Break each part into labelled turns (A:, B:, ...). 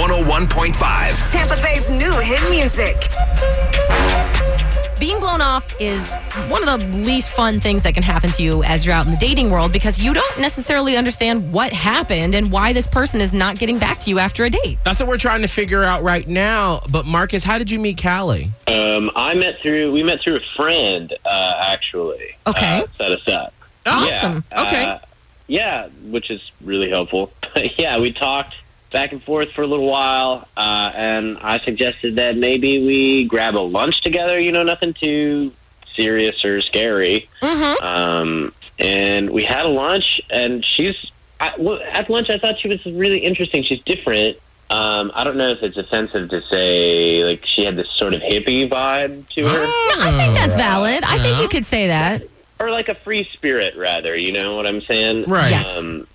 A: 101.5.
B: Tampa Bay's new hit music.
C: Being blown off is one of the least fun things that can happen to you as you're out in the dating world because you don't necessarily understand what happened and why this person is not getting back to you after a date.
D: That's what we're trying to figure out right now. But Marcus, how did you meet Callie?
E: Um, I met through we met through a friend uh, actually.
C: Okay.
E: uh, set us up.
C: Awesome.
E: Yeah,
D: Okay.
E: uh, yeah, which is really helpful. But yeah, we talked back and forth for a little while, uh, and I suggested that maybe we grab a lunch together. You know, nothing too serious or scary.
C: Mm-hmm.
E: Um, and we had a lunch, and she's I, well, at lunch. I thought she was really interesting. She's different. Um, I don't know if it's offensive to say like she had this sort of hippie vibe to her,
C: I think that's valid. I think you could say that.
E: or like a free spirit, rather. You know what I'm saying?
D: Right.
C: Yes.
E: Um,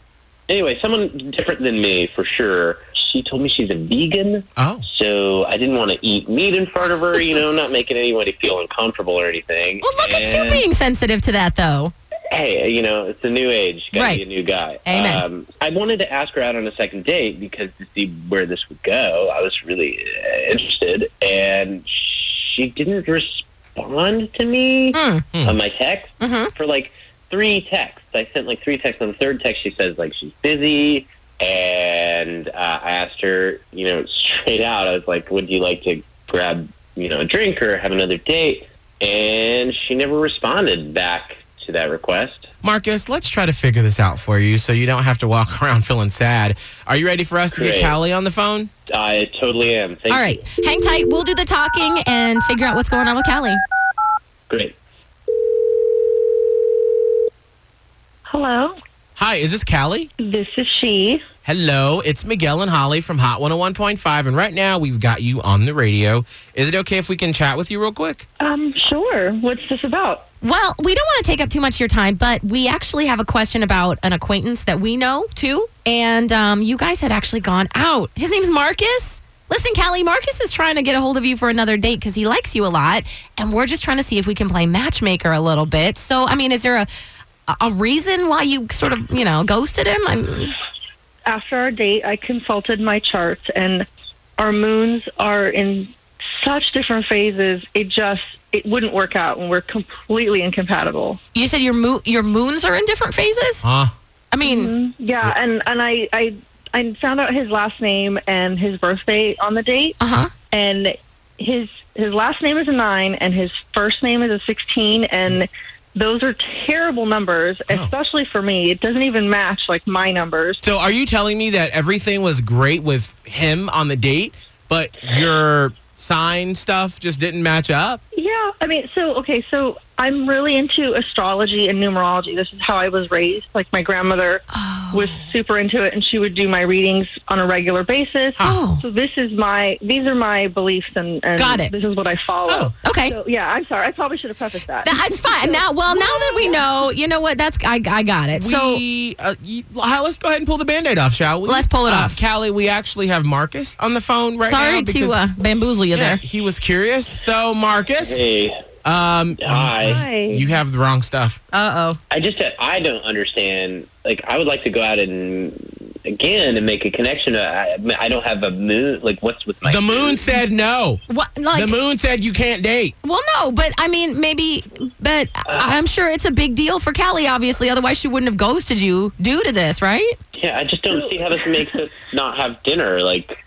E: anyway, someone different than me for sure. She told me she's a vegan,
D: Oh.
E: so I didn't want to eat meat in front of her. You know, not making anybody feel uncomfortable or anything.
C: Well, look at you
E: And-
C: being sensitive to that, though.
E: hey, you know, it's a new age. Got to
C: Right.
E: be a new guy.
C: Amen.
E: Um, I wanted to ask her out on a second date because to see where this would go, I was really uh, interested, and she didn't respond to me
C: Mm.
E: on my text
C: Mhm.
E: for like three texts. I sent like three texts. On the third text, she says like she's busy. And uh, I asked her, you know, straight out. I was like, "Would you like to grab, you know, a drink or have another date?" And she never responded back to that request.
D: Marcus, let's try to figure this out for you so you don't have to walk around feeling sad. Are you ready for us to get
E: Great.
D: Callie on the phone?
E: I totally am. Thank
C: All right,
E: You.
C: hang tight. We'll do the talking and figure out what's going on with Callie.
E: Great.
F: Hello,
D: Hi, is this Callie?
F: this is she.
D: Hello, it's Miguel and Holly from Hot 101.5, and right now we've got you on the radio. Is it okay if we can chat with you real quick?
F: Um, sure. What's this about?
C: Well, we don't want to take up too much of your time, but we actually have a question about an acquaintance that we know too. And um, you guys had actually gone out. His name's Marcus. Listen, Callie, Marcus is trying to get a hold of you for another date because he likes you a lot. And we're just trying to see if we can play matchmaker a little bit. So, I mean, is there a a reason why you sort of, you know, ghosted him? I'm,
F: After our date, I consulted my charts, and our moons are in such different phases. It just it wouldn't work out, and we're completely incompatible.
C: you said your mo- your moons are in different phases?
D: Huh?
C: I mean,
F: Yeah, and and I I I found out his last name and his birthday on the date,
C: uh huh.
F: and his his last name is a nine, and his first name is a sixteen, and those are terrible numbers, especially for me. It doesn't even match like my numbers.
D: So, are you telling me that everything was great with him on the date, but your sign stuff just didn't match up?
F: Yeah, I mean, so okay, so I'm really into astrology and numerology. This is how I was raised. Like my grandmother
D: Oh.
F: was super into it, and she would do my readings on a regular basis.
C: Oh.
F: So this is my these are my beliefs, and, and
C: Got it.
F: This is what I
D: Oh.
F: follow.
C: Okay.
F: So yeah, I'm sorry. I probably should have prefaced that.
C: That's fine. Now, well, now that we know, you know what? That's I, I got it. so
D: we, uh, y- uh, let's go ahead and pull the band-aid off, shall we? Uh,
C: Let's pull it off.
D: Callie, we actually have Marcus on the phone right now.
C: sorry to
D: because-
C: uh, bamboozle you
D: yeah,
C: there.
D: He was curious. So, Marcus,
E: Hey,
D: um,
E: hi.
F: Hi.
D: you have the wrong stuff.
C: Uh oh.
E: I just I don't understand. Like, I would like to go out and again and make a connection. I, I don't have a moon. Like, what's with my
D: The moon said no.
C: What? Like,
D: the moon said you can't date.
C: well, no, but I mean, maybe, but I- I'm sure it's a big deal for Callie, obviously. Otherwise, she wouldn't have ghosted you due to this, right?
E: Yeah, I just don't see how this makes us not have dinner. Like,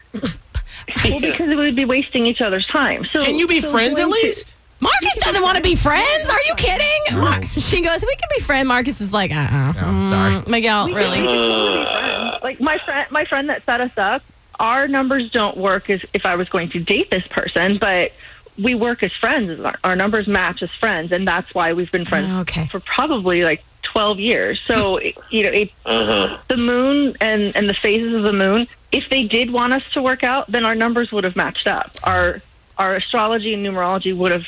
F: well, because we would be wasting each other's time. So
D: Can you be
F: so
D: friends at
F: going to-
D: least?
C: Marcus doesn't want to be friends. Are you kidding? Mar- she goes, "We can be friends." Marcus is like, "Uh, uh
D: No, I'm sorry.
C: Miguel, really."
F: We could totally be friends. Like my friend, my friend that set us up, our numbers don't work as if I was going to date this person, but we work as friends. Our, our numbers match as friends, and that's why we've been friends
C: Oh, Okay.
F: for probably like twelve years. So it- you know, it,
E: uh huh.
F: the moon and and the phases of the moon. If they did want us to work out, then our numbers would have matched up. Our our astrology and numerology would have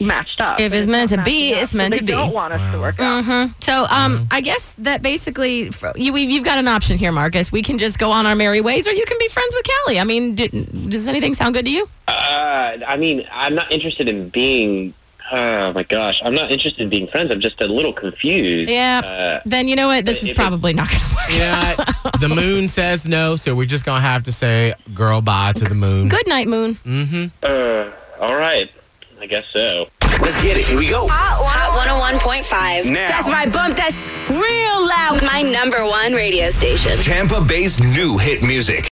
F: matched up.
C: If it's meant to be,
F: matching up,
C: it's
F: so
C: meant
F: they
C: to be.
F: Don't want us to work out.
C: hmm So,
D: Uh-huh.
C: um, I guess that basically f- you we've, you've got an option here, Marcus. We can just go on our merry ways, or you can be friends with Callie. I mean, do, does anything sound good to you?
E: Uh, I mean, I'm not interested in being oh my gosh, I'm not interested in being friends. I'm just a little confused. Uh,
C: Yeah. then you know what? This
E: if
C: is
E: it-
C: probably not going to work.
D: You know what? the moon says no, so we're just gonna have to say girl bye to the moon.
C: Good night, Moon.
E: Uh, uh, all right. I guess so.
A: Let's get it. Here we go.
B: oh
G: Hot 101.5.
A: Now.
G: That's right. Bump that sh- real loud. My number one radio station.
A: Tampa Bay's new hit music.